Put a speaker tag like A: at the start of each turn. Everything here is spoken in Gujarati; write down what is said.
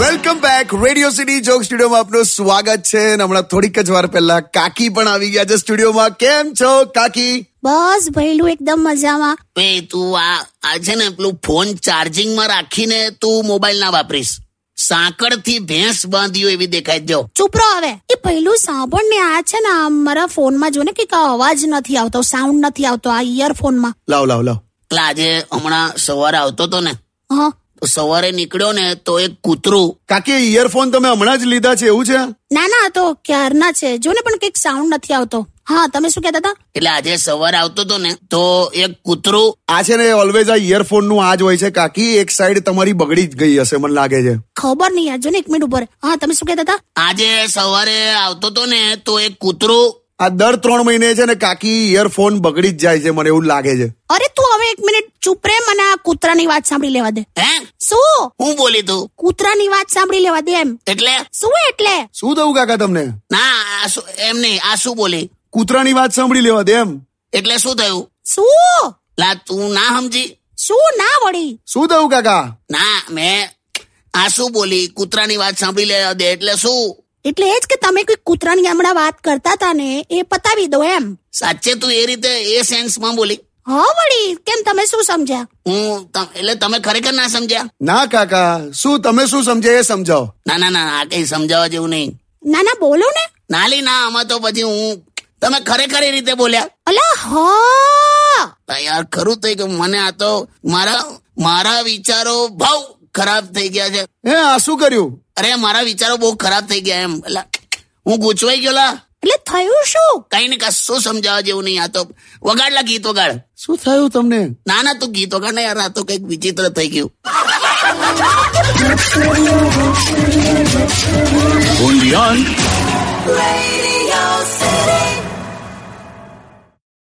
A: Welcome back radio city joke સ્ટુડિયોમાં આપનું સ્વાગત છે અને હમણાં થોડીક જ વાર પહેલા કાકી પણ આવી ગયા છે સ્ટુડિયોમાં કેમ છો કાકી
B: બસ ભૈલું એકદમ મજામાં
C: એ તું આ આ છે ને પેલું ફોન ચાર્જિંગમાં રાખીને તું મોબાઈલ ના વાપરીશ સાંકળથી ભેંસ બાંધી હોય એવી દેખાય જો
B: ચૂપ રહો હવે એ પહેલું સાંભળ ને આ છે ને આ મારા ફોનમાં જો ને કે કાંઈ અવાજ નથી આવતો સાઉન્ડ નથી આવતો આ ઇયરફોનમાં
A: લાવ લાવ લાવ
C: એટલે આજે હમણાં સવારે આવતો હતો ને
B: હા
C: તો સવારે નીકળ્યો ને તો એક કૂતરું
A: કાકી ઇયરફોન તમે હમણાં જ લીધા છે એવું છે
B: ના ના આ તો ક્યારના છે જો ને પણ કઈક સાઉન્ડ નથી આવતો હા તમે શું કહેતા હતા
C: એટલે આજે સવારે આવતો હતો ને તો એક કૂતરું
A: આ છે ને ઓલવેઝ આ ઇયરફોન નું આ જ હોય છે કાકી એક સાઈડ તમારી બગડી જ ગઈ હશે મને લાગે છે
B: ખબર નહીં યાર જો ને એક મિનિટ ઉપર હા તમે શું કહેતા હતા
C: આજે સવારે આવતો હતો ને તો એક કૂતરું
A: આ દર ત્રણ મહિને છે ને કાકી ઇયરફોન બગડી જ જાય છે મને એવું લાગે છે
B: અરે તું હવે એક મિનિટ ચૂપ રે મને આ કૂતરાની વાત સાંભળી લેવા દે
C: હે
B: શું
C: હું બોલી તું
B: કૂતરાની વાત સાંભળી લેવા દે એમ
C: એટલે
B: શું એટલે
A: શું થયું કાકા તમને
C: ના આ શું એમ નહીં આ શું બોલી
A: કૂતરાની વાત સાંભળી લેવા દે એમ
C: એટલે શું થયું
B: શું
C: લા તું ના સમજી
B: શું ના વળી
A: શું થયું કાકા
C: ના મેં આ શું બોલી કૂતરાની વાત સાંભળી લે દે એટલે શું
B: એટલે એ જ કે તમે કોઈ કૂતરાની હમણાં વાત કરતા હતા ને એ પતાવી દો એમ
C: સાચે તું એ રીતે એ સેન્સમાં બોલી
B: હા વળી કેમ તમે શું સમજ્યા
C: હું તમ- એટલે તમે ખરેખર ના સમજ્યા
A: ના કાકા શું તમે શું સમજે એ સમજાવો
C: ના ના ના આ કઈ સમજાવવા જેવું નહીં
B: ના ના બોલો ને
C: ના લી ના આમાં તો પછી હું તમે ખરેખર એ રીતે બોલ્યા
B: અલા હા
C: આ યાર ખરું થઈ ગયું મને આ તો મારા મારા વિચારો બહુ ખરાબ થઈ ગયા છે
A: હે આ શું કર્યું
C: અરે મારા વિચારો બહુ ખરાબ થઈ ગયા એમ એટલે હું ગૂંચવાઈ ગયો લા
B: એટલે થયું શું
C: કઈ ને કશું સમજાવવા જેવું નહીં આ તો વગાડલા ગીત વગાડ
A: શું થયું તમને
C: ના ના તું ગીતો ગાને યાર આ તો કઈક વિચિત્ર થઈ ગયું
D: Undian.
E: Radio City.